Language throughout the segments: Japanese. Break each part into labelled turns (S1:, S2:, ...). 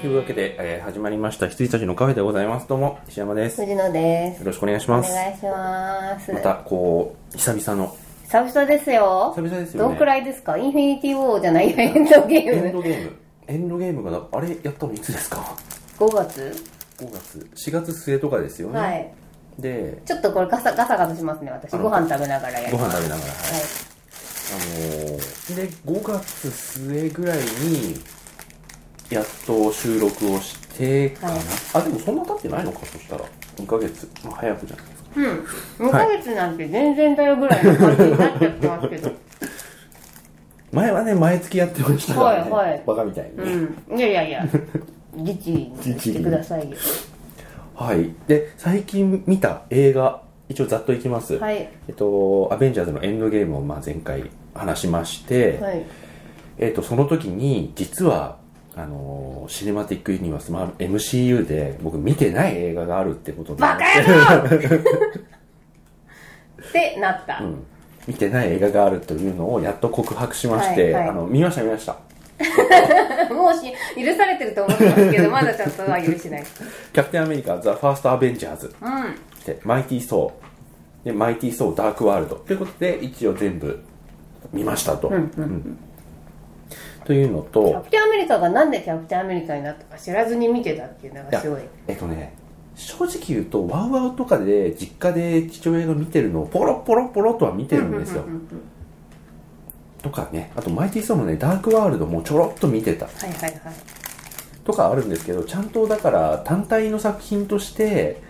S1: というわけで、えー始まりました羊たちのカフェでございますどうも石山ですよ
S2: 藤野です。
S1: ろしくお願いし
S2: お
S1: ます
S2: 願いします。
S1: またこう久々の
S2: 久々ですよ。
S1: 久々ですよね
S2: どんくらいですかインフィニティウォーじゃないよ、エンドゲ
S1: エ
S2: ー
S1: ンド
S2: ム。
S1: ゲームエンドゲームがなあれやったのいつですか
S2: 5月
S1: 5月4月末とかですよね、
S2: はい。
S1: で
S2: ちょっとこれガサガサガサしますね、私。
S1: あの
S2: ご飯食べながらやり
S1: ご
S2: ま
S1: 飯
S2: す。
S1: 食べながら、はいあのーで5月末ぐらいにやっと収録をしてかな、
S2: はい
S1: あでもそんな経ってないのかそしたら2ヶ月、まあ、早くじゃないですか
S2: はい。2ヶ月なんて全然だよぐらいの感じになっちゃってますけど。
S1: 前はね毎月やってましたからね、
S2: はいはい
S1: バカみたいにね、
S2: うん。いやいやいや。自治にしてくださいよ。
S1: はいで最近見た映画一応ざっといきます、
S2: はい。
S1: えっと「アベンジャーズ」のエンドゲームをまあ前回話しまして、
S2: はい。
S1: えっとその時に実はあのーシネマティック・ユニバース、まあ、MCU で僕見てない映画があるってことにな
S2: バ
S1: っ
S2: カ野郎ってなった。
S1: うん 見てない映画があるというのをやっと告白しまして、
S2: はいはい
S1: あの見ました見ました
S2: もうし、許されてると思ってま すけど、まだちゃんとは許してない。
S1: キャプテンアメリカザ・ファースト・アベンジャーズ
S2: うん。
S1: でマイティー・ソーでマイティー・ソー・ダーク・ワールドということで一応全部見ましたと、うんというの
S2: キャ
S1: と
S2: プテンアメリカがなんでキャプテンアメリカになったか知らずに見てたっていうのがすごい
S1: いやえっとね正直言うとワウワウとかで実家で父親が見てるのをポロポロポロとは見てるんですよ
S2: うんうんうんうん
S1: とかねあとマイティー・ソーもねダーク・ワールドもちょろっと見てた
S2: はいはいはい
S1: とかあるんですけどちゃんとだから単体の作品として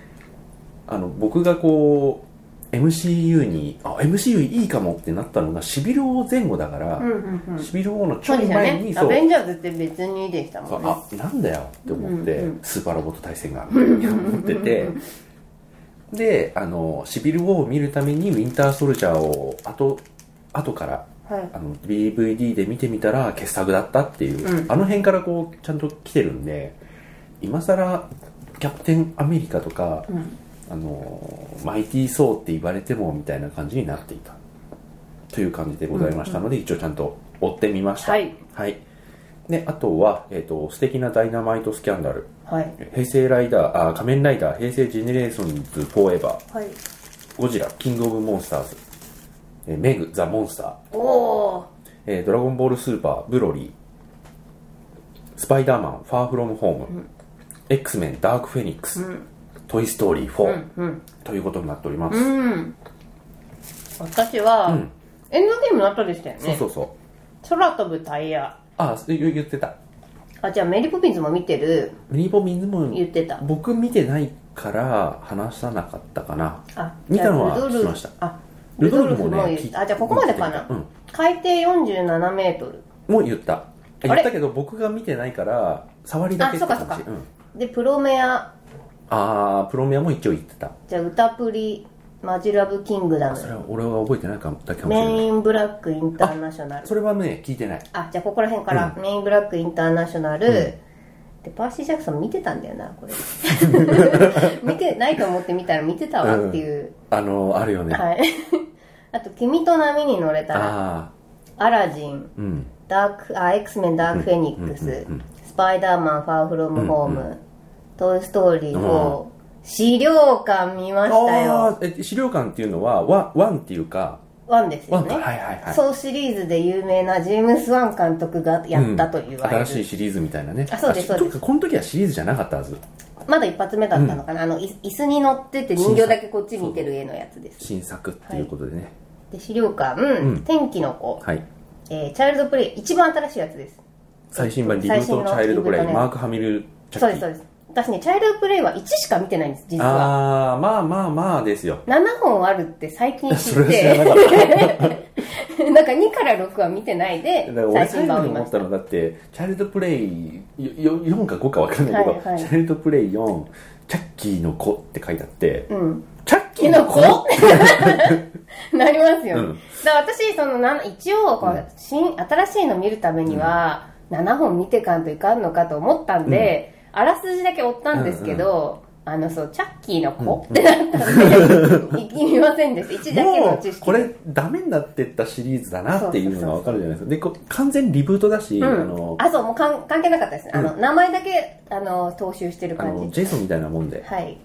S1: あの僕がこう MCU にあ MCU いいかもってなったのがシビル王前後だから、
S2: うんうんうん
S1: シビル王のち
S2: そ
S1: ょ
S2: うで
S1: い
S2: すよ
S1: 前
S2: ね
S1: に
S2: ア
S1: そう,、
S2: ベンジャーズって別にでしたもんね
S1: あなんだよって思って、
S2: うんうん
S1: スーパーロボット対戦が思って てであのシビル王を見るためにウィンターソルジャーを後後から
S2: はい
S1: あの DVD で見てみたら傑作だったっていう、
S2: うん
S1: あの辺からこうちゃんと来てるんで今更キャプテンアメリカ」とか「
S2: うん
S1: あのマイティー・ソー」って言われてもみたいな感じになっていたという感じでございましたので、一応ちゃんと追ってみました
S2: はい、
S1: であとは、えーと「素敵なダイナマイトスキャンダル」
S2: はい
S1: 「平成ライダーあ仮面ライダー平成ジェネレーションズフォーエバー」
S2: はい
S1: 「ゴジラキングオブモンスターズ」えー「メグザ・モンスター」
S2: おお
S1: えードラゴンボールスーパー、ブロリー、スパイダーマン、ファーフロムホーム、X メン、ダークフェニックス、トイストーリー4、
S2: うん
S1: ということになっております。
S2: うん私は、
S1: うん
S2: エンドゲームの後でしたよ
S1: そ
S2: ね
S1: うそうそう。
S2: 空飛ぶタイヤ
S1: あ、そう言言ってた。
S2: あじゃあメリー・ポピンズも見てる
S1: ミニポミンズも
S2: 言ってた
S1: 僕見てないから話さなかったかな。
S2: あ
S1: 見たのは
S2: じゃあルドル
S1: 聞きました
S2: あ
S1: ルドルフもね
S2: ルドルフ言
S1: 聞
S2: っ
S1: い
S2: あじゃあここまでかな、
S1: うん
S2: 海底47メートル
S1: もう言った。
S2: れ
S1: 言ったけど僕が見てないから、触りだけって
S2: あそうか
S1: 感
S2: そ
S1: じ。
S2: うか
S1: うん
S2: でプロメア
S1: あー、プロメアも一応言ってた。
S2: じゃあ歌プリマジラブキングダ
S1: あそれ
S2: ム
S1: は俺は覚えてないかもだけかもし
S2: メ
S1: れない。
S2: インブラックインターナショナル
S1: それはね、聞いてない。
S2: あじゃあここら辺から、メインブラックインターナショナル、でパーシー・ジャクソン見てたんだよな これ見てないと思って見たら見てたわっていう、
S1: あの、あるよね。
S2: はい あと「君と波に乗れたら」
S1: あ
S2: 「アラジン」
S1: ー、うん。
S2: ダーク、あ、X メンダークフェニック
S1: うんう
S2: ス
S1: んうんうん、
S2: スパイダーマンファーフロムホー
S1: うん
S2: ム、トイストーリー
S1: う
S2: 4、資料館見ました
S1: あ
S2: よ。
S1: あーえ資料館っていうのはワワンっていうか
S2: ワンです
S1: ワ
S2: よ
S1: ンか、
S2: ね。
S1: はいはいはい
S2: そうシリーズで有名なジェームス・ワン監督がやったと言われ
S1: 新しい
S2: る。
S1: シリーズみたいなね
S2: あそうです
S1: あ
S2: そうです
S1: とかこの時はシリーズじゃなかったはず
S2: まだ一発目だったのかなあの、い椅子に乗ってて人形だけこっち見てる絵のやつです。
S1: 新作っていうことでね
S2: で、資料館、
S1: うん
S2: 天気の子、
S1: はい、
S2: えーチャイルドプレイ、一番新しいやつです。
S1: 最新版「リブート・チャイルド・プレイ」
S2: 最新のリブートね
S1: マーク・ハミル・チャ
S2: そう
S1: ッ
S2: で
S1: キ
S2: す、そう
S1: ー
S2: です。私ね、チャイルドプレイは1しか見てないんです、実は。
S1: ああまあまあまあですよ
S2: 7本あるって最近 知
S1: それ
S2: っ
S1: は知らなか
S2: て、
S1: った
S2: なんか2から6は見てないで
S1: だから、俺
S2: 最
S1: 最
S2: 新
S1: 後
S2: 版を
S1: に
S2: 見
S1: 思
S2: ま
S1: っ
S2: したた。
S1: のはだってチャイルドプレイよよ4か5か分かんないけど、
S2: はいはい
S1: チャイルドプレイ4チャッキーの子って書いてあって、
S2: うん。
S1: チャッキ
S2: き
S1: ー
S2: の
S1: の子
S2: こ なりますよね。
S1: うん
S2: だから私、その、な一応こう、新、新しいの見るためには、7本見てかんといかんのかと思ったんで、あらすじだけ追ったんですけど、あのそうチャッキーの子、ってなった んでいきませんでした1だけの
S1: も
S2: 知
S1: う
S2: 識
S1: これダメになってったシリーズだなっていうのがわかるじゃないですかでこう完全リブートだし、
S2: う
S1: あ
S2: ん
S1: の、
S2: あそうもうかん関係なかったですね、あの名前だけあの踏襲してる
S1: あ
S2: 感
S1: の
S2: じ
S1: ジェイソンみたいなもんで、
S2: はい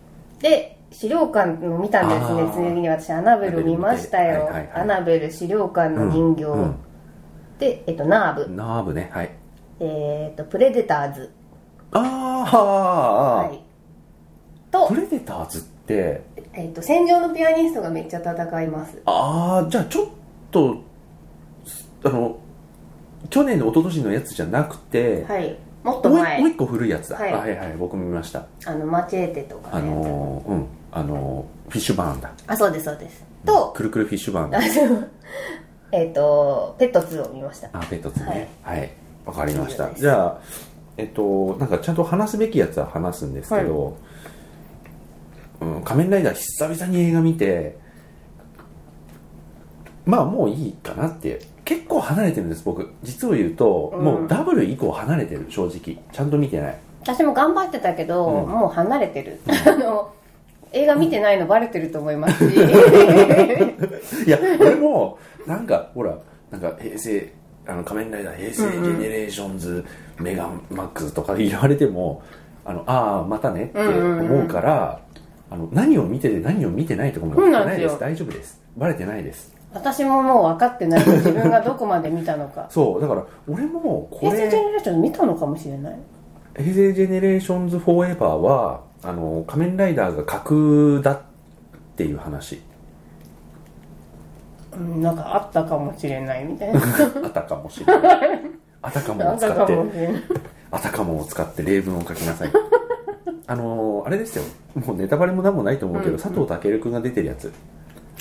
S2: で資料館を見たんです
S1: あ
S2: ね
S1: ー
S2: 次に私アナベル見ましたよ、
S1: はいはいはい
S2: アナベル資料館の人形、
S1: うん
S2: で、えっと、ナー
S1: う
S2: ブ
S1: ん、ナーブねはい
S2: えっとプレデターズ、
S1: あーあー、
S2: はい、と
S1: プ、レデターズって
S2: えっと、戦場のピアニストがめっちゃ戦います
S1: ああじゃあちょっとあの去年の一昨年のやつじゃなくて、
S2: はいもっと
S1: もう一
S2: 前
S1: もう一個古いやつだ、
S2: はい
S1: はいはい僕見ました
S2: あのマチェーテとか
S1: あ
S2: ね
S1: のーうんあのーフィッシュバーンだ
S2: あそうですそうですと
S1: くるくるフィッシュバーンだ
S2: あの えっとペット2を見ました
S1: あペットツねはいわ、かりまし
S2: そう
S1: た
S2: です
S1: じゃあえっとなんかちゃんと話すべきやつは話すんですけど、うん、仮面ライダー久々に映画見てまあもういいかなって結構離れてるんです僕実を言うと、
S2: うん
S1: もうダブル以降離れてる正直ちゃんと見てない
S2: 私も頑張ってたけど、
S1: うん
S2: もう離れてる、あの映画見てないのバレてると思いますし
S1: いや、俺も、なんか、ほら、なんか、平成、あの、仮面ライダー、平成ジェネレーションズ、メガマックスとか言われても、あの、ああ、またねって思うから、あの、何を見てて何を見てないとかも
S2: そう
S1: 聞
S2: な
S1: か
S2: ん
S1: な
S2: で
S1: い
S2: す
S1: で
S2: よ
S1: す。大丈夫です。バレてないです。
S2: 私ももう分かってない自分がどこまで見たのか
S1: そう、だから、俺も、こ
S2: 平成ジェ
S1: れ、
S2: ネレーション見たのかもしれない
S1: 平成ジェネレーションズフォーエバーは、あの、仮面ライダーが架空だっていう 話、
S2: うんなんかあったかもしれないみたいな
S1: あたかもしれない。あたかも
S2: あ
S1: を
S2: った
S1: 使
S2: か
S1: って、
S2: もしれない
S1: あたかもを使って例文を書きなさい あのー、あれですよもうネタバレも何もないと思うけど、
S2: うん
S1: 佐藤健君が出てるやつ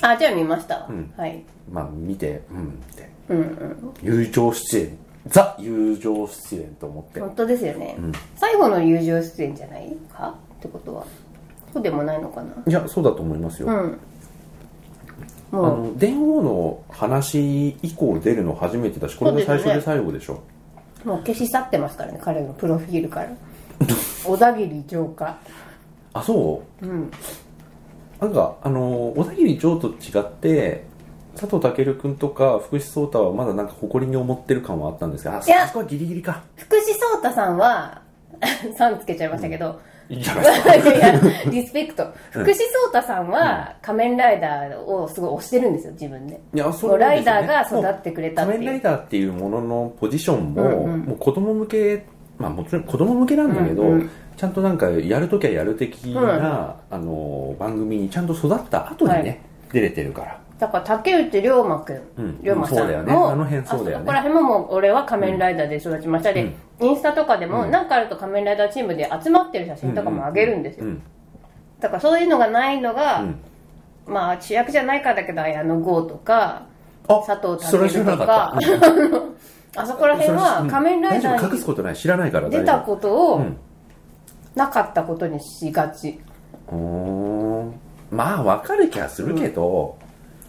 S2: あじゃあ見ました、
S1: うん
S2: はい
S1: まあ見てうんって
S2: うんうん
S1: 友情出演ザ友情出演と思って
S2: 本当ですよね、
S1: うん
S2: 最後の友情出演じゃないかってことはそうでもないのかない
S1: やそうだと思いますよ、あ
S2: うんもう
S1: の電王の話以降出るの初めてだしこれが最初で最後でしょ
S2: もう消し去ってますからね彼のプロフィー ルから小田切浄化
S1: あそう
S2: うん
S1: なんか、あのー小田切丈と違って、佐藤健君とか福士蒼太はまだなんか誇りに思ってる感はあったんですが、あ、そ
S2: いや
S1: そこはギリギリか。
S2: 福士蒼太さんは さんつけちゃいましたけど、
S1: いいじゃないですか。
S2: いやリスペクト福士蒼太さんは仮面ライダーをすごい推してるんですよ自分で
S1: いや、そ
S2: もう
S1: うなん
S2: ラ
S1: で
S2: イ
S1: すよ
S2: ダ
S1: ね
S2: ーが育ってくれたって
S1: 仮
S2: い
S1: 面ライ
S2: う
S1: ダーっていうもののポジションも、
S2: うんうん
S1: もう子供向け、まあもちろん子供向けなんだけど、
S2: うんうん
S1: ちゃんとなんかやるときはやる的な、あのー番組にちゃんと育った後にね、
S2: はい
S1: 出れてるから。
S2: だから竹内涼真君、
S1: うん
S2: 龍馬さんも
S1: そうだよねあの辺そうだよね
S2: あそこら辺ももう俺は仮面ライダーで育ちましたで、インスタとかでも
S1: うん
S2: 何かあると仮面ライダーチームで集まってる写真とかも上げるんですよ、
S1: ううん
S2: だからそういうのがないのが、
S1: うん
S2: まあ主役じゃないからだけど綾野剛とか
S1: あ
S2: 佐藤
S1: それは知
S2: 健
S1: ら
S2: と
S1: なか
S2: か
S1: った。うん
S2: あそこら辺は仮面ライダ
S1: 大丈
S2: ー
S1: 夫隠す
S2: に
S1: ことない。知らないから大丈夫
S2: 出たこと
S1: う
S2: を
S1: ん
S2: なかったことにしがち、
S1: おーまあ分かる気はするけど、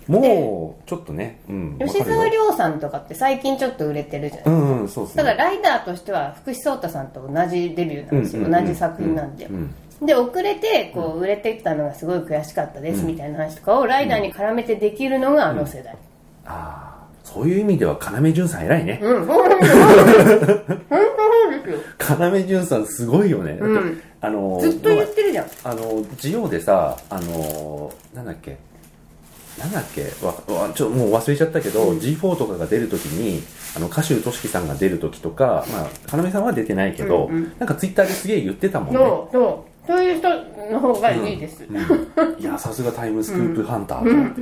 S1: もうちょっとね、うん、
S2: 吉
S1: わか
S2: 沢
S1: るよ
S2: 亮さんとかって最近ちょっと売れてるじゃない、
S1: うん、うん、そうですね
S2: ただライダーとしては福士蒼太さんと同じデビューなんですよ、
S1: うんうんうん
S2: 同じ作品なんで、
S1: うん
S2: で遅れてこう売れてったのがすごい悔しかったですみたいな話とかをライダーに絡めてできるのがあの世代
S1: ああそういう意味では要潤さん偉いね
S2: うん、うん、本当そうですよ
S1: 要潤さんすごいよね、だって
S2: うん
S1: あの
S2: ずっと言ってるじゃん
S1: あのジオでさあのなんだっけなんだっけわわちょもう忘れちゃったけど、G4 とかが出るときにあの歌手としきさんが出るときとかまあ要さんは出てないけど、
S2: うんうん
S1: なんかツイッターですげえ言ってたもんね
S2: そうそうそういう人の方がいいです、
S1: うんいやさすがタイムスクープハンターと思って、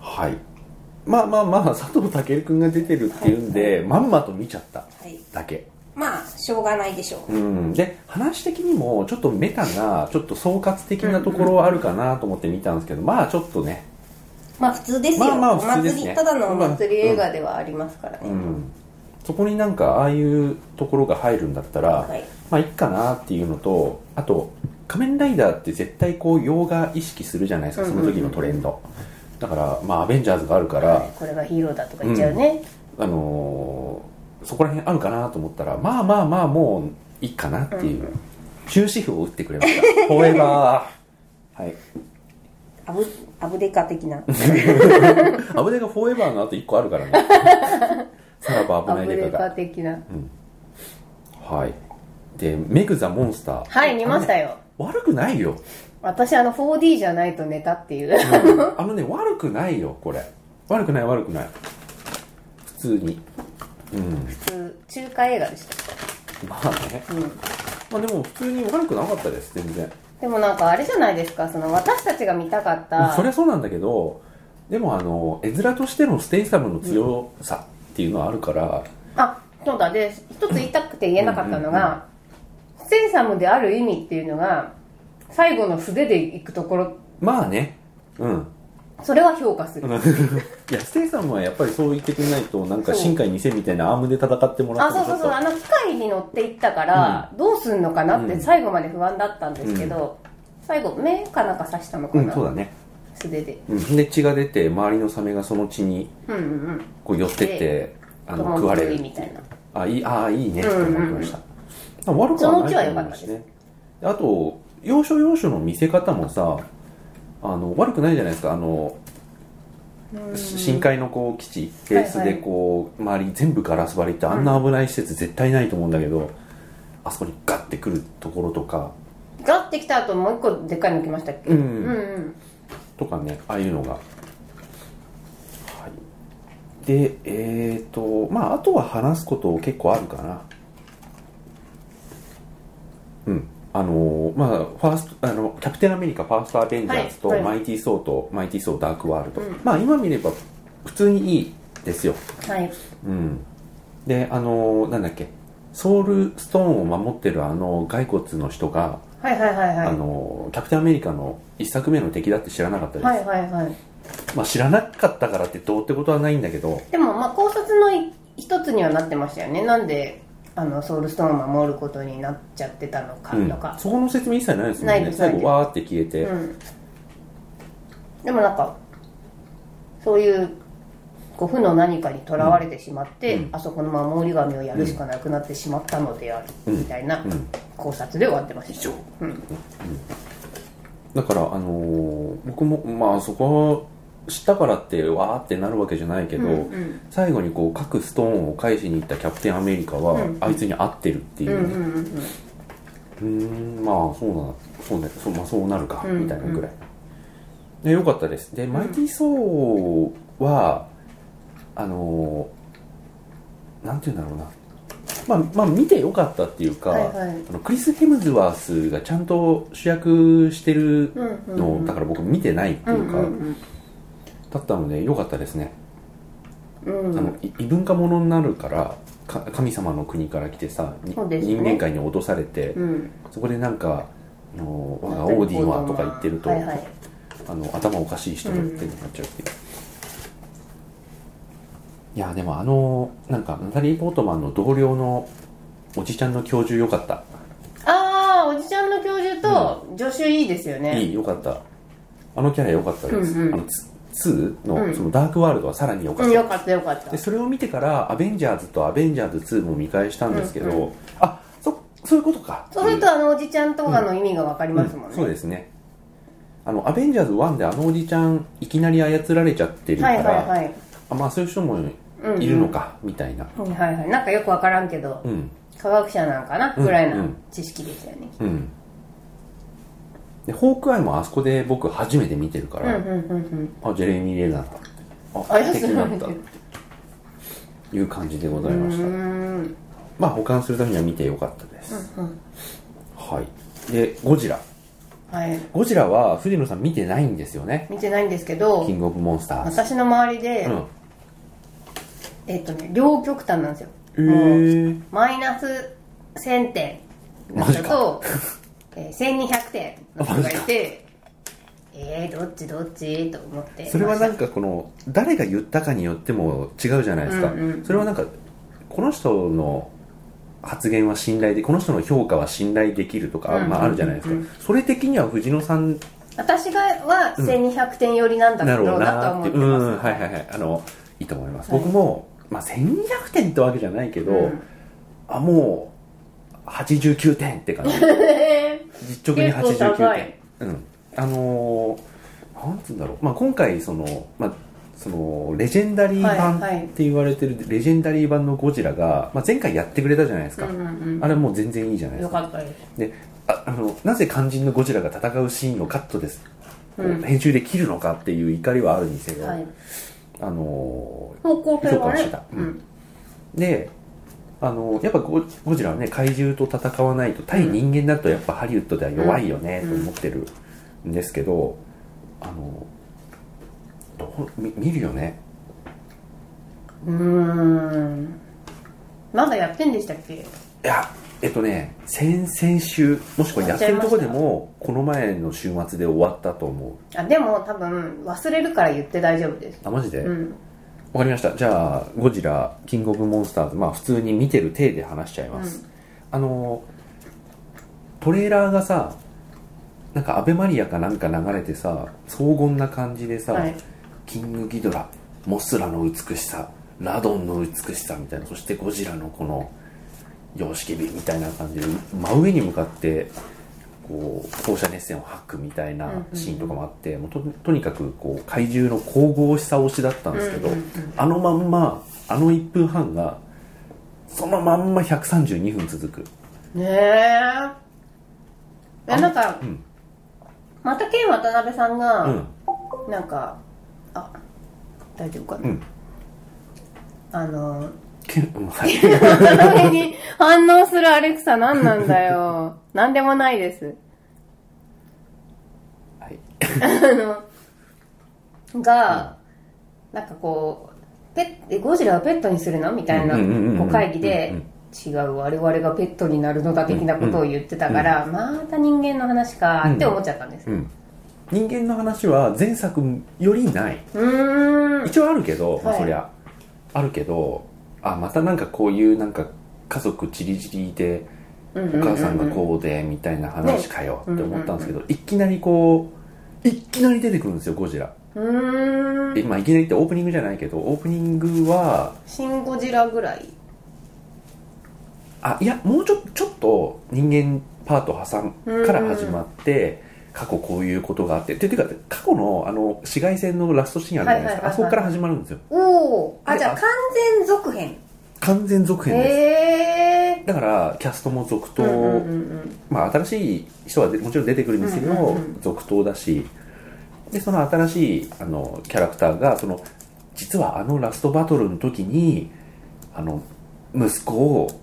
S1: はいまあまあまあ佐藤健君が出てるっていうんで、まんまと見ちゃった
S2: はい、
S1: だけ、
S2: まあしょうがないでしょう
S1: うん、で話的にもちょっとメタなちょっと総括的なところはあるかなと思って見たんですけど、まあちょっとね
S2: まあ普通ですよ、
S1: まあまあ普通ですね
S2: お祭りただのお祭り映画ではありますからね、
S1: うんそこになんかああいうところが入るんだったら、
S2: はい
S1: まあいいかなっていうのとあと「仮面ライダー」って絶対こう洋画意識するじゃないですか
S2: うん
S1: そ
S2: うんう
S1: の
S2: ん
S1: 時のトレンド、だからまあアベンジャーズがあるから、
S2: はいこれがヒーローだとか言っちゃうね、
S1: あのーそこら辺あるかなと思ったらまあまあまあもういいかなっていう、終止符を打ってくれました。 フォーエバー。はい。
S2: アブアブデカ的な
S1: アブデカフォーエバーの後1個あるから ね。さらば
S2: ア
S1: 危
S2: ブ
S1: ない
S2: デ
S1: デカ
S2: カ
S1: が。
S2: 的な
S1: はい。で、メグザモンスター。
S2: はい見ましたよ
S1: 悪くない よ。
S2: 私あの 4D じゃないと寝たっていう
S1: あのね、悪くないよ、これ。悪くない、悪くない。普通に。うん。
S2: 普通中華映画でし
S1: まあね。
S2: た、うん、
S1: まあでも、普通に悪くなかったです、全然。
S2: でもなんかあれじゃないですかその私たちが見たかった
S1: そりゃそうなんだけど、でもあの、絵面としてのステイサムの強さっていうのはあるから、
S2: あそうだで一つ言いたくて言えなかったの
S1: うんうん
S2: がステイサムである意味っていうのが最後の素手で行くところ
S1: まあね。うん。
S2: それは評価する、
S1: いや、ステイさんはやっぱりそう言ってくれないと、なんか深海2000みたいなアームで戦ってもら
S2: あ
S1: って
S2: そ
S1: も
S2: う
S1: ち
S2: そ
S1: ょっ
S2: うそう
S1: と。
S2: あの機械に乗っていったから、どうすんのかなっ
S1: う
S2: て
S1: ん
S2: 最後まで不安だったんですけど、最後目かなんか刺したのか
S1: う
S2: な、
S1: ん、そうだね。
S2: 素手で
S1: うん。で、血が出て、周りのサメがその血に
S2: うんうんうん
S1: こう寄ってって、あの、食われる。
S2: みたいな
S1: あ、いい、ああ、いいねって
S2: うんうん
S1: 思いました。まあ悪くはないと思います
S2: そのう
S1: ね。であと、要所要所の見せ方もさ、あの、悪くないじゃないですか。あの、深海のこう基地ベースでこう、周り全部ガラス張りってあんな危ない施設絶対ないと思うんだけど、あそこにガッてくるところとか、
S2: ガッてきた後もう一個でっかいの来ましたっけ、
S1: うん
S2: うんうん
S1: とかねああいうのが、はい、でえっ、とまああとは話すこと結構あるかなうんあのーまあファーストあのキャプテンアメリカファーストアベンジャーズと、
S2: はいはい
S1: マイティー・ソーとマイティー・ソーダークワールド、
S2: うん
S1: まあ今見れば普通にいいですよ
S2: はい
S1: うんであのーなんだっけソウルストーンを守ってるあの骸骨の人が、
S2: はいはいはいはい
S1: あのーキャプテンアメリカの一作目の敵だって知らなかったです、
S2: はいはいはい
S1: まあ、知らなかったからってどうってことはないんだけど、
S2: でもまあ考察のい一つにはなってましたよねなんであのソウルストーンを守ることになっちゃってたのか
S1: うん
S2: とか、
S1: そこの説明一切ないですも
S2: ない
S1: ん
S2: で
S1: ね
S2: す
S1: 最
S2: ないで
S1: 後
S2: す
S1: わーって消えて、
S2: うんでもなんかそういうこう負の何かにとらわれてしまって、
S1: うん
S2: あそこの守り神をやるしかなくなってしまったのである、みたいな
S1: うん
S2: 考察で終わってました
S1: 以上
S2: うん
S1: だから、あのー僕も、まあ、そこは知ったからってわーってなるわけじゃないけど、
S2: うんうん
S1: 最後にこう各ストーンを返しに行ったキャプテンアメリカは、
S2: うん
S1: あいつに合ってるってい
S2: うんう
S1: う、
S2: んうんうん
S1: うーんまあそうなそうねそう,、まあ、そうなるか、
S2: うん
S1: みたいなぐらいでよかったですで、マイティー・ソーはあのーなんて言うんだろうなまあ、まあ見てよかったっていうか、
S2: はいはい
S1: あのクリス・ヘムズワースがちゃんと主役してる
S2: うんうん
S1: のを、だから僕見てないって
S2: う
S1: い
S2: ん
S1: う
S2: う
S1: か、
S2: ん
S1: だったのでよかったですね、
S2: うんう
S1: あ
S2: ん
S1: のい異文化ものになるからか神様の国から来てさ、に
S2: そうですね
S1: 人間界に脅されて、
S2: うん
S1: そこでなんか「あの我がオーディンは」とか言ってると、
S2: はいはい
S1: あの頭おかしい人だってなっちゃうっていう、いやでもあのなんかナタリー・ポートマンの同僚のおじちゃんの教授よかった、
S2: ああおじちゃんの教授と助手いいですよね、
S1: いいよかったあのキャラよかったです、
S2: うんうん
S1: あのツ2の,、
S2: うん
S1: そのダークワールドはさらによか
S2: う
S1: っ
S2: ん、
S1: た、
S2: よかったよかった
S1: でそれを見てから「アベンジャーズ」と「アベンジャーズ2」も見返したんですけど、
S2: うん
S1: あそそういうことかってい
S2: そうするとあのおじちゃんとかの意味がわかりますもん
S1: う
S2: ね、
S1: んそうですねあの「アベンジャーズ1」であのおじちゃんいきなり操られちゃってるか
S2: は
S1: ら、
S2: いはいはい
S1: あまあそういう人も
S2: うんうん
S1: いるのか、みたいな
S2: はいはいはいなんかよくわからんけど、
S1: うん
S2: 科学者なんかな
S1: うん
S2: ぐらいうなん知識でしたよね、
S1: うんでホークアイもあそこで僕初めて見てるか
S2: うん、
S1: ら、
S2: うんうんうん
S1: あジェレミー・レーナーだあ
S2: あいや
S1: 敵になっ
S2: そ
S1: た
S2: う
S1: っ
S2: なん
S1: ていう感じでございうました
S2: ーん
S1: まあ保管するためには見てよかったです、
S2: うん
S1: はいでゴジラ
S2: はい
S1: ゴジラは藤野さん見てないんですよね
S2: 見てないんですけ
S1: キ
S2: ど
S1: ングオブモンスターズ
S2: 私の周りで、
S1: うん
S2: えっ、とね両極端なんですよ、
S1: え
S2: もう
S1: ー、
S2: マイナス1000点
S1: マ
S2: の
S1: ジ
S2: 人と、えー、1200点の人がいてえー、どっちどっちと思って
S1: それはなんかこの誰が言ったかによっても違うじゃないですか、
S2: うんうん
S1: それはなんかこの人の発言は信頼でこの人の評価は信頼できるとか、
S2: うんうんうんうん
S1: まあ、あるじゃないですか、それ的には藤野さん
S2: 私がは1200点寄りなんだ
S1: だ
S2: ろ
S1: ろ
S2: う
S1: う
S2: なとは
S1: なっ
S2: 思
S1: て
S2: って
S1: う
S2: ます、
S1: んはい はいはいあのいいと思います、
S2: はい
S1: 僕も、まあ、1200点ってわけじゃないけど、
S2: うん
S1: あもう89点って感じ実直に
S2: 結構高
S1: 89
S2: い
S1: 点うんあのーなんつうんだろう、まあ、今回その、まあ、そのレジェンダリー版
S2: はいはい
S1: って言われてるレジェンダリー版のゴジラが、まあ、前回やってくれたじゃないです
S2: う
S1: か、
S2: んうん
S1: あれもう全然いいじゃな
S2: う
S1: い
S2: ん、
S1: で
S2: よ
S1: す
S2: か
S1: か
S2: ったです
S1: でああのなぜ肝心のゴジラが戦うシーンをカットです、こう
S2: うん
S1: 編集で切るのかっていう怒りはあるにせよ、
S2: はい
S1: あのー
S2: 方向性
S1: 評
S2: が
S1: 価して
S2: ね
S1: た、
S2: う
S1: うんん、であのやっぱゴゴジラはね怪獣と戦わないと対人間だとやっぱハリウッドでは弱いよね
S2: うん
S1: と思ってるんですけど、あのどう見見るよね
S2: うーんまだやってんでしたっけ
S1: いやえっとね先々週もしくはやってるとこでもこの前の週末で終わったと思
S2: あでも多分忘れるから言って大丈夫です
S1: うあマジで、
S2: うん
S1: わかりましたじゃあゴジラキングオブモンスターズまあ普通に見てる体で話しちゃいます、あのトレーラーがさなんかアベマリアかなんか流れてさ荘厳な感じでさ、
S2: はい
S1: キングギドラモスラの美しさラドンの美しさみたいなそしてゴジラのこの様式美みたいな感じで真上に向かってこう放射熱線を吐くみたいなシーンとかもあって、もうととにかくこう怪獣の神々しさ推しだったんですけど、
S2: うんうんうん
S1: あのまんまあの1分半がそのまんま132分続く
S2: ねええなんか、
S1: ん
S2: またケン渡辺さん
S1: う
S2: が、
S1: ん
S2: なんかあ大丈夫かな、
S1: うん
S2: あの
S1: けんうんはい
S2: 渡辺に反応するアレクサ何なんだ よ何でもないです
S1: はい
S2: が、なんかこうペッえゴジラはペットにするのみたいな
S1: うんうんうんうん
S2: こう会議
S1: う
S2: で
S1: んう
S2: 違う我々がペットになるのだ的なことを言ってたから、また人間の話かって思っちゃったんです
S1: うん人間の話は前作よりないう
S2: ーん
S1: 一応あるけど、まあ
S2: はい
S1: そりゃあるけどあまたなんかこういうなんか家族ちりちりで
S2: お
S1: お母さんがこうでみたいな話かよって思ったんですけどいきなりこういきなり出てくるんですよゴジラ、
S2: うーん
S1: えまあ、いきなりってオープニングじゃないけどオープニングは
S2: シン・ゴジラぐらい
S1: あいやもうちょちょっと人間パート挟むから始まって、過去こういうことがあってててか過去のあの紫外線のラストシーンあるじゃないですか、
S2: はいはいはいはい
S1: あそこから始まるんですよ
S2: おおあ
S1: で
S2: じゃあ
S1: あ
S2: 完全続編
S1: 完全続編です、
S2: へえ
S1: だからキャストも続投、
S2: うんうんうん
S1: まあ、新しい人はでもちろん出てくるんですけど、
S2: うんうんう
S1: 続投だしでその新しいあのキャラクターがその実はあのラストバトルの時にあの息子を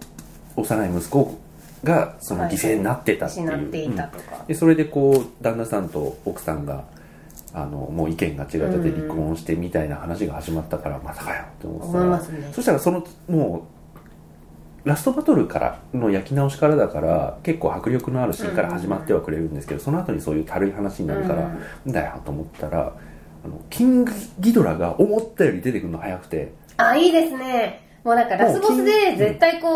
S1: 幼い息子がその
S2: はい
S1: 犠牲になってたっていう、
S2: 失っていた
S1: うん
S2: とか、
S1: でそれでこう旦那さんと奥さんがあのもう意見が違ってて離婚してみたいな話が始まったから、またかよって思ってた
S2: 思い
S1: ら
S2: ますね
S1: そしたらそのもうラストバトルからの焼き直しからだから結構迫力のあるシーンから始まってはくれるんですけど、その後にそういう軽い話になるから、
S2: うん
S1: だよと思ったらあのキングギドラが思ったより出てくるの早くて
S2: あいいですねもうなんかラスボス
S1: もうキ
S2: で
S1: ン
S2: 絶対こ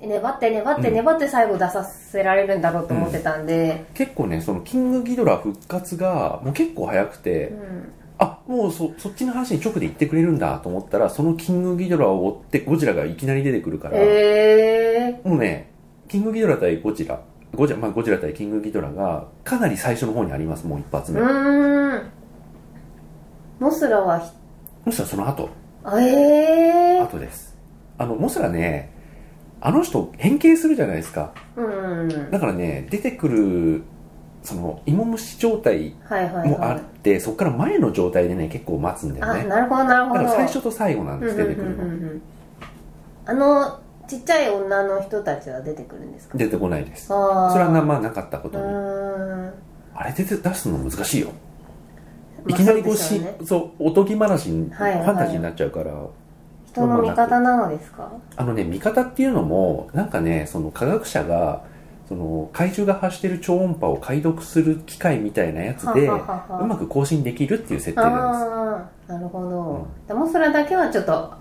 S2: う粘って粘って
S1: うん
S2: 粘って最後出させられるんだろうと思ってたんで、
S1: 結構ねそのキングギドラ復活がもう結構早くて、
S2: うん
S1: あもうそそっちの話に直で言ってくれるんだと思ったらそのキングギドラを追ってゴジラがいきなり出てくるから、
S2: え
S1: もうね、キングギドラ対ゴジラ、ゴジラ、まあ、ゴジラ対キングギドラが、かなり最初の方にあります、もう一発
S2: ー、
S1: 目。
S2: うーんモスラはひ
S1: モスラその後、
S2: あえー、
S1: 後です。あの、モスラね、あの人、変形するじゃないですか。
S2: うん
S1: だからね、出てくる、その、芋虫状態
S2: はいはい
S1: もあ
S2: は
S1: っ
S2: い
S1: て、そこから前の状態でね、結構待つんだよ
S2: あ
S1: ね。
S2: なるほどなる
S1: だ
S2: ほ
S1: から
S2: ど
S1: 最初と最後なん
S2: うん
S1: で
S2: う
S1: す、
S2: ん
S1: 出
S2: うん
S1: てくる
S2: う
S1: の。
S2: んうんあのちっちゃい女の人たちは出てくるんですか
S1: 出てこないです。
S2: あー
S1: それはまあなかったこ
S2: う
S1: とに。
S2: ーん
S1: あれ出て出すの難しいよ。
S2: ま
S1: い
S2: あ
S1: きなりこう
S2: そ
S1: し
S2: でしょね、
S1: そう、おとぎ話に、フ
S2: はいはい
S1: ァンタジーになっちゃうから、
S2: 人の味方なのですか
S1: あのね、見方っていうのも、なんかね、その科学者が、その怪獣が発してる超音波を解読する機械みたいなやつで、
S2: はははは
S1: うまく更新できるっていう設定なんで
S2: ああなるほど、
S1: う
S2: でもそれだけはちょっと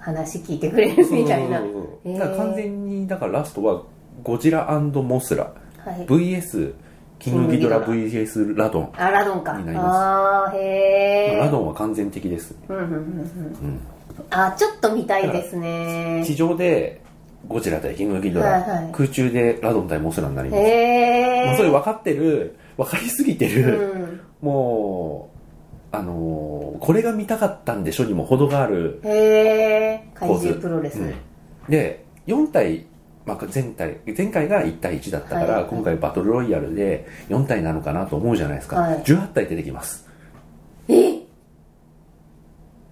S2: 話聞いてくれる
S1: す。
S2: みたいな
S1: そう
S2: は
S1: そう
S2: い
S1: そう
S2: へー
S1: だから完全に、だからラストは、ゴジラモスラ、VS、キングギドラ
S2: キ
S1: VS ラドン。
S2: あラドンか
S1: になります
S2: ああへえ
S1: ラドンは完全的です。
S2: うんうんうんうん
S1: うん
S2: あちょっと見たいですね
S1: 地上でゴジラ対キングギド
S2: はい
S1: ラ、
S2: はい
S1: 空中でラドン対モスラになります、
S2: へ
S1: まあ、
S2: え
S1: そういう分かってる分かりすぎてる、
S2: うん
S1: もうあのーこれが見たかったんでしょにも程がある、
S2: へえ怪
S1: 構
S2: 獣
S1: 図
S2: プロレス、
S1: うんで4対、まあ、前回前回が1対1だったから、
S2: はい
S1: 今回バトルロイヤルで4対なのかなと思うじゃないですか、
S2: はい
S1: 18対出てきます
S2: え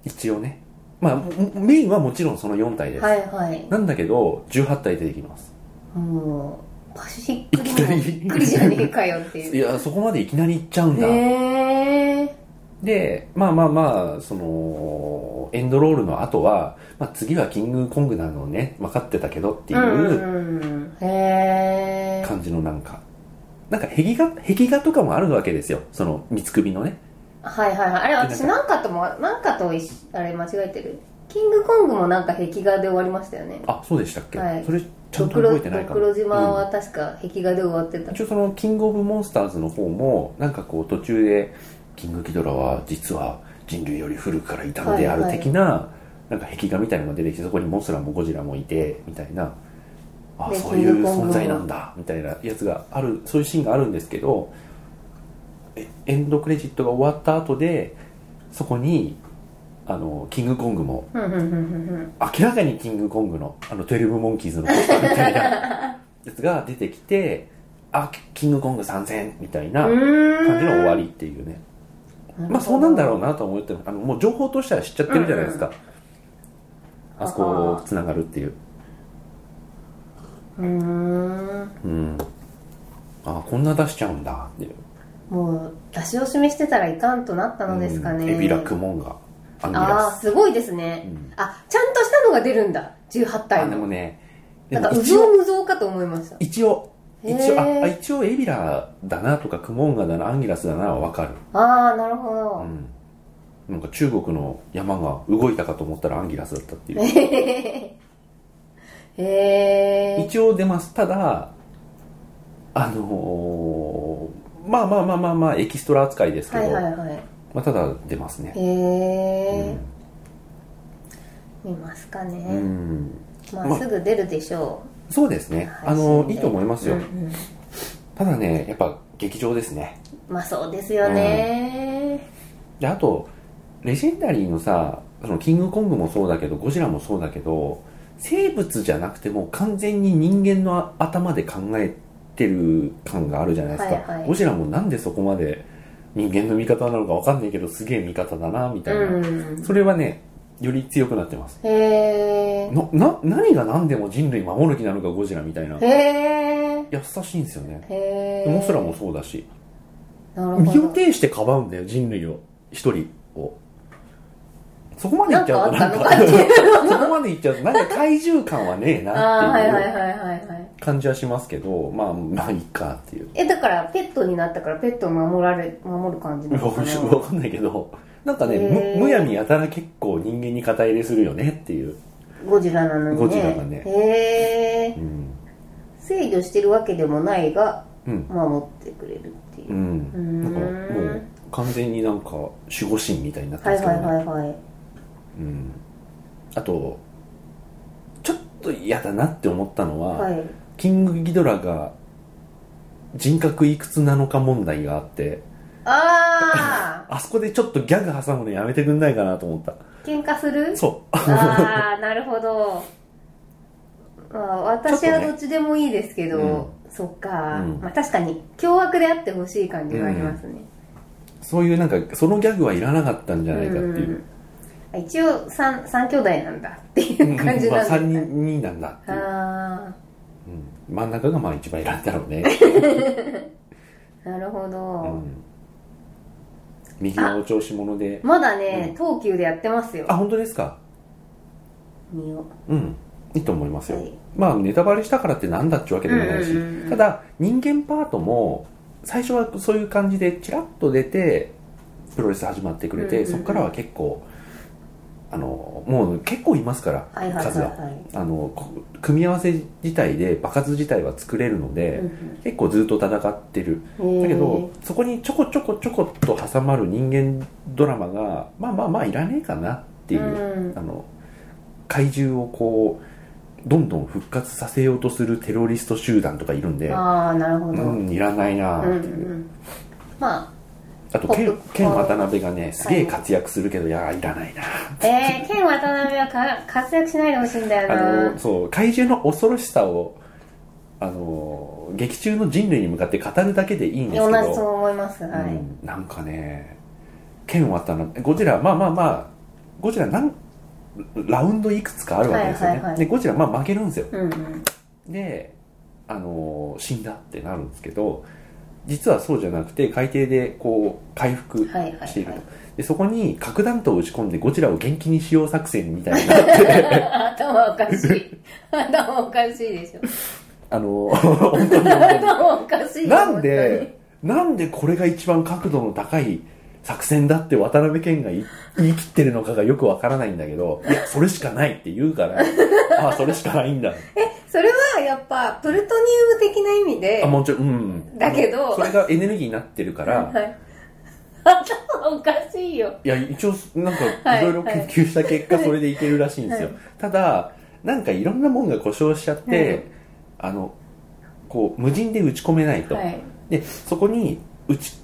S1: 一応ねまあもメインはもちろんその4体です、
S2: はいはい
S1: なんだけど18体出てきます
S2: もうパシックリ
S1: いきな
S2: も
S1: り
S2: びっくりじゃねえかよって
S1: い
S2: いう
S1: やそこまでいきなりいっちゃうんだ、
S2: へえ
S1: でまあまあまあそのエンドロールの後は、まあ、次はキングコングなのね分かってたけどってい
S2: うん
S1: う
S2: うんうんへえ
S1: 感じのなんか、なんか壁画壁画とかもあるわけですよその三つ首のね
S2: はいはいはいあれ私なんかともなんかと一緒あれ間違えてるキングコングもなんか壁画で終わりましたよね
S1: あそうでしたっけ、
S2: はい
S1: それちゃ
S2: ド
S1: んと
S2: クロ
S1: 覚えてない
S2: ド
S1: か
S2: ク
S1: も
S2: ロ島
S1: うん
S2: は確か壁画で終わってた、
S1: 一応そのキングオブモンスターズの方もなんかこう途中でキングギドラは実は人類より古くからいたのである
S2: はいはい
S1: 的な、なんか壁画みたいなのが出てきてそこにモスラもゴジラもいてみたいなあ
S2: で
S1: そういう
S2: キングコングも
S1: 存在なんだみたいなやつがあるそういうシーンがあるんですけどえエンドクレジットが終わった後でそこにあのキングコングも
S2: うんうんうんうんうん
S1: 明らかにキングコングのあの12モンキーズのポスターみたいなやつが出てきてあキングコング参戦みたいな感じの終わりっていうねまあそうなんだろうなと思ってあのもう情報としては知っちゃってるじゃないですか、
S2: うん
S1: あそこつながるっていう
S2: うーん
S1: うんあこんな出しちゃうんだっていう
S2: もう出し惜しみしてたらいかんとなったのですかね、
S1: うんエビラクモンガアンギ
S2: あ
S1: ラ
S2: あ
S1: ス
S2: すごいですね、
S1: うん
S2: あちゃんとしたのが出るんだ18体
S1: あで
S2: も
S1: もねでも
S2: なんかう
S1: 一
S2: ぞ
S1: 応
S2: うむぞうかと思いました
S1: 一応一応
S2: へー
S1: ああ一応エビラだなとかクモンガだなアンギラスだなは分かる
S2: ああなるほど、
S1: うん、なんか中国の山が動いたかと思ったらアンギラスだったっていう
S2: へえ
S1: 一応出ますただあのーまあまあまあまあまあエキストラ扱いですけ
S2: は
S1: ど、
S2: いはいはい
S1: まあ、ただ出ますね
S2: へえ、見ますかね、
S1: うん、うん
S2: ま
S1: ま
S2: あすぐ出るでしょ
S1: そうです
S2: う
S1: ね、
S2: 配
S1: あの
S2: 信
S1: ー
S2: で
S1: いいと思いますよ、
S2: うんうん
S1: ただねやっぱ劇場ですね
S2: まあそうですよね、
S1: であとレジェンダリーのさそのキングコングもそうだけどゴジラもそうだけど生物じゃなくてもう完全に人間の頭で考えてる感があるじゃないですか、
S2: はいはい
S1: ゴジラもなんでそこまで人間の味方なのかわかんないけどすげえ味方だなみたいな、
S2: うん
S1: それはねより強くなってます
S2: へえ
S1: なな何が何でも人類守る気なのかゴジラみたいな
S2: へえ
S1: 優しいんですよね
S2: へえ
S1: モスラもそうだし
S2: なるほ
S1: 身を
S2: ど
S1: 挺してかばうんだよ人類を一人をそこまでい
S2: な
S1: っ
S2: ん
S1: ちゃ
S2: か
S1: う
S2: あ
S1: と
S2: った
S1: なん
S2: の
S1: か
S2: かっていう
S1: そこまでいっちゃうとなんか怪獣感はねえ
S2: ああ
S1: なっ
S2: は
S1: て
S2: いはいはいいうはいはい
S1: 感じはしますけどまあまあいいかっていう
S2: えだからペットになったからペットを守られ守る感じなの かな
S1: わかんないけどなんかね
S2: へえ
S1: むむやみやたら結構人間に肩入れするよねっていう、
S2: ゴジラなのにね
S1: ゴジラがねう
S2: へえ
S1: ん
S2: 制御してるわけでもないが
S1: うん
S2: 守ってくれるっていうう、ー
S1: ん
S2: ん
S1: なんかもう完全になんか守護神みたいになって
S2: は
S1: ま
S2: い
S1: すけど
S2: は
S1: ね、
S2: いはいはい
S1: うん、あとちょっと嫌だなって思ったのは、
S2: はい
S1: キングギドラが人格いくつなのか問題があって
S2: あ
S1: あそこでちょっとギャグ挟むのやめてくんないかなと思った
S2: あ喧嘩する
S1: そ
S2: ああなるほど、まあ、私
S1: ちょ
S2: は
S1: っとね
S2: どっちでもいいですけど、
S1: う
S2: そっか、
S1: うん
S2: まあ、確かに凶悪であってほしい感じがありますね、
S1: うそういうなんかそのギャグはいらなかったんじゃないかっていう、
S2: うん一応三三兄弟なんだっていう感じ
S1: ま
S2: な
S1: あ、
S2: んだ、
S1: 3人になんだっていう、
S2: あ
S1: うん真ん中がまあ一番いらんだろうね、
S2: あなるほ
S1: う
S2: ど、
S1: ん、右はお調子者で
S2: まだね、
S1: うん
S2: 東急でやってますよ
S1: あ本当ですか
S2: 見よ
S1: うんいいと思いますよ、
S2: はい
S1: まあネタバレしたからってなんだっちゅうわけでもないし、
S2: うんうんうん
S1: ただ人間パートも最初はそういう感じでチラッと出てプロレス始まってくれて、
S2: うんうんう
S1: そ
S2: ん
S1: こからは結構あのもう結構いますから、
S2: はいはいはい
S1: 数が
S2: はい
S1: あのこ組み合わせ自体で場数自体は作れるので、
S2: うん
S1: 結構ずっと戦ってる
S2: うん
S1: だけど、そこにちょこちょこちょこっと挟まる人間ドラマがまあまあまあいらねえかなって
S2: へ
S1: い
S2: ー
S1: う、
S2: うん
S1: あの怪獣をこうどんどん復活させようとするテロリスト集団とかいるんで、
S2: ああなるほ
S1: う
S2: ど、
S1: ん、いらないな
S2: うんう
S1: ーっていう。
S2: ん、ま
S1: あと、
S2: ポップ
S1: ケン、ケン渡辺がね、すげえ
S2: はい
S1: 活躍するけど、いやー、いらないな
S2: あえー、ケン渡辺はか活躍しないでほしいんだよ
S1: あ
S2: な
S1: の、そう、怪獣の恐ろしさを、あのー、劇中の人類に向かって語るだけでいいんですけ
S2: 同じそう
S1: ど、
S2: 思いますはい、
S1: うん、なんかね、ケン渡辺、ゴジラ、まあまあまあ、ゴジラなん、ラウンドいくつかあるわけですよね。
S2: はいはいはい
S1: で、ゴジラ、まあ負けるんですよ。
S2: うんうん
S1: で、あのー死んだってなるんですけど実はそうじゃなくて海底でこう回復
S2: はいはいはい
S1: していると、でそこに核弾頭を打ち込んでゴジラを元気にしよう作戦みたいになって
S2: 頭おかしい頭おかしいでしょ
S1: あのー本当に
S2: 頭おかしい よ
S1: なんでなんでこれが一番角度の高い作戦だって渡辺謙が言い言い切ってるのかがよくわからないんだけどいやそれしかないって言うからああそれしかない んだ
S2: 本当にそれはやっぱプルトニウム的な意味で
S1: あもうちょいうん
S2: だけど
S1: それがエネルギーになってるから
S2: はい頭おかしいよ
S1: いや一応なん
S2: は
S1: か
S2: い
S1: いろいろ研究した結果
S2: はい
S1: それでいけるらしいんですよ、
S2: は
S1: ただなんかいろんなもんが故障しちゃって、
S2: はい
S1: あのこう無人で打ち込めないと、
S2: はい
S1: でそこに打ち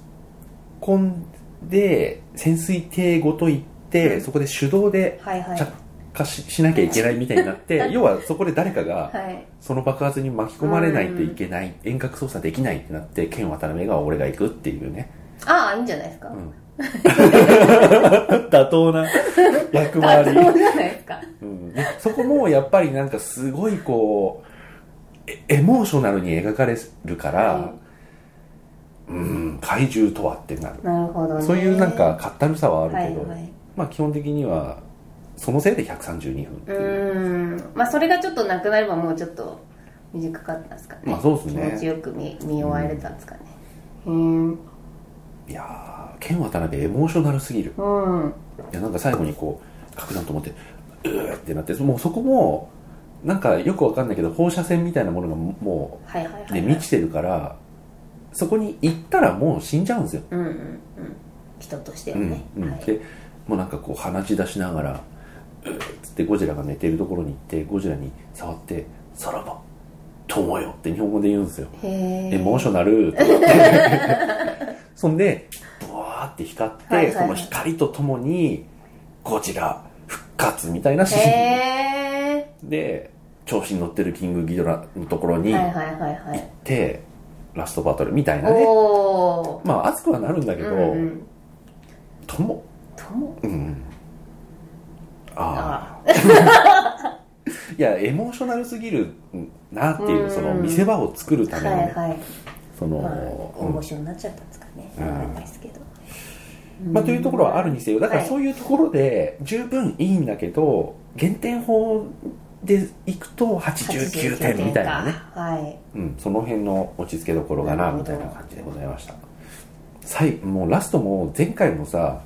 S1: 込んで潜水艇ごと行って、
S2: うん
S1: そこで手動で
S2: はいはい
S1: 着火ししなきゃいけないみたいになって、要はそこで誰かが
S2: はい
S1: その爆発に巻き込まれないといけない、遠隔操作できないってなって剣渡辺が俺が行くっていうね
S2: ああいいんじゃないですか、
S1: うん 妥当な役
S2: あ
S1: 回
S2: そう
S1: り
S2: じ、ゃないですか
S1: うん、でそこもやっぱりなんかすごいこうエエモーショナルに描かれるから、
S2: は
S1: うん怪獣とはってなる、
S2: なるほどね
S1: そういうなんかかったるさはあるけど、
S2: はいはい
S1: まあ基本的にはそのせいで132分って
S2: う
S1: いう、
S2: ーんまあそれがちょっとなくなればもうちょっと短かったんですかね
S1: まあそうですね
S2: 気持ちよく見見終われたんですかねうんうん
S1: いやー剣渡辺エモーショナルすぎるいやなんか最後にこう核弾と思ってうーってなってもうそこもなんかよくわかんないけど放射線みたいなものがも
S2: はいはいはい、
S1: う、ね、満ちてるからそこに行ったらもう死んじゃうんですよ、
S2: うんうんうん人としては
S1: うん
S2: ね、
S1: うん
S2: はい、
S1: でもうなんかこう鼻血出しながらうーっつってゴジラが寝てるところに行ってゴジラに触って「さらば友よ」って日本語で言うんですよ
S2: へえ
S1: エモーショナルと思って そんでブワーって光って、
S2: はいはいはい
S1: その光とともにゴジラ復活みたいなシーン、
S2: へ
S1: で調子に乗ってるキングギドラのところに
S2: えはい
S1: 行
S2: はいはいはい
S1: って、ラストバトルみたいなね
S2: おお
S1: まあ熱くはなるんだけど、
S2: うんうん
S1: とも
S2: 友
S1: うんあ
S2: あ
S1: あいやエモーショナルすぎるなっていう、
S2: うん
S1: その見せ場を作るた
S2: は
S1: め
S2: い
S1: のね、
S2: はい
S1: その、
S2: まあ
S1: うん
S2: 面白になっちゃったんですかね、
S1: うん
S2: わかんないですけど、
S1: まあ、というところはあるにせよだから
S2: はい
S1: そういうところで十分いいんだけど、減点法でいくと89点みたいなね、
S2: かはい
S1: うん、その辺の落ち着けどころかな
S2: なる
S1: み
S2: ほど
S1: たいな感じでございました最もうラストも前回もさ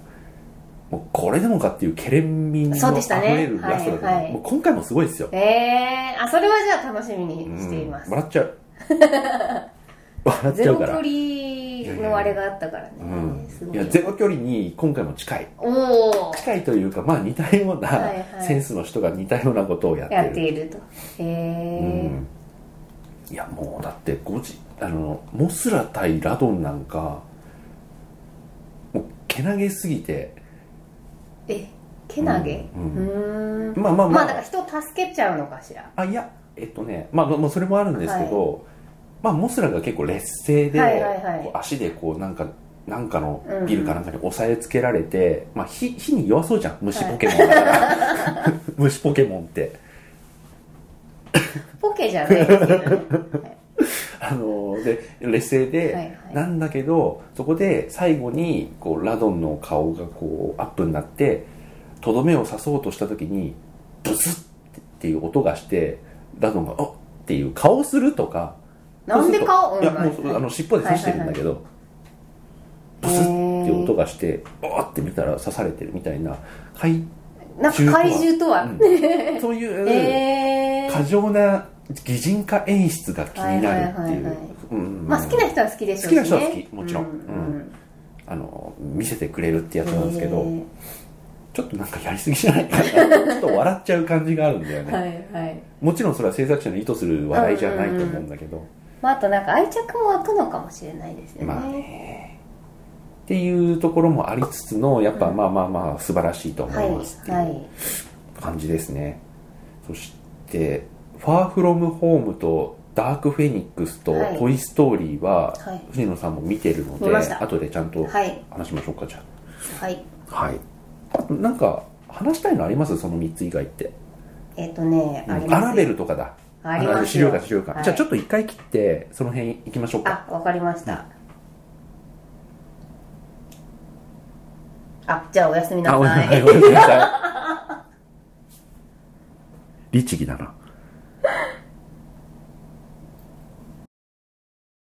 S1: もうこれでもかっていうケレン味の
S2: そうで
S1: 溢
S2: したね
S1: れるラストだった、
S2: はいはい
S1: もう今回もすごいですよ、
S2: えー、あそれはじゃあ楽しみに
S1: うん
S2: しています、
S1: 笑っ ちゃう笑っ
S2: ゼ
S1: ちゃ
S2: ロ
S1: うか
S2: 距
S1: ら
S2: 離のあれがあったからね、
S1: うん
S2: すご
S1: い
S2: い
S1: やゼロ距離に今回も近い
S2: お お
S1: 近いというかまあ似たような、
S2: はいはい
S1: センスの人が似たようなことをやってる
S2: やっているとへえ
S1: うんいやもうだってゴジあのモスラ対ラドンなんかもうけなげすぎて
S2: えけなげ
S1: う
S2: うんん,、ん、
S1: まあまあ
S2: ま
S1: ま
S2: あ
S1: あ、
S2: だから人を助けちゃうのかしら
S1: あいやえっとねまあまあまあそれもあるんですけど、まあモスラが結構劣勢で、
S2: はいはいはい
S1: こう足でこうなんかなんかのビルかなんかに押さえつけられて、まあ火火に弱そうじゃん虫ポケモンだから、 虫ポケモンって
S2: ポケじゃないですけ どね
S1: あので劣勢で、
S2: はいはい
S1: なんだけどそこで最後にこうラドンの顔がこうアップになってとどめを刺そうとした時にブスッっていう音がしてラドンが「あっ!」っていう顔をするとか
S2: なんで
S1: そ
S2: 顔
S1: うするといやもうあの尻尾で刺してるんだけど、ブスッっていう音がして「あっ!」って見たら刺されてるみたいな、はい
S2: なんか怪獣とは、
S1: うんそういう。
S2: えー
S1: 過剰な擬人化演出が気になるってい
S2: はいはいはいうはい
S1: うん
S2: まあ好きな人は好きでしょう
S1: 好き
S2: し、ね、
S1: な人は好きもちろん
S2: う
S1: うんあの見せてくれるってやつなんですけど、
S2: へー
S1: ちょっとなんかやりすぎじゃないかなちょっと笑っちゃう感じがあるんだよね、
S2: はいはい
S1: もちろんそれは制作者の意図する笑いじゃないと思うんだけど、
S2: まあ、あとなんか愛着も湧くのかもしれないですよね,、
S1: まあねっていうところもありつつのやっぱまあまあまあ素晴らしいと思
S2: はいい
S1: ますって
S2: はいいう
S1: 感じですね、そして「ファーフロムホームと「ダークフェニックス」と
S2: は
S1: 「
S2: い
S1: トイ・ストーリー」は
S2: はい
S1: 藤野さんも見てるので、
S2: 見ました
S1: 後でちゃんと
S2: はい
S1: 話しましょうかじゃ
S2: はい
S1: あはいなんか話したいのありますその3つ以外って
S2: えっ、とねあり
S1: アラ
S2: ます
S1: ベ
S2: よ
S1: ルとかだ
S2: あります
S1: 資
S2: よ
S1: 料館資料館、
S2: はい
S1: じゃあちょっと一回切ってその辺行きましょうか
S2: あわかりましたあじゃあおやすみな
S1: あ、お
S2: さい
S1: 願い、お願いします。律儀だな。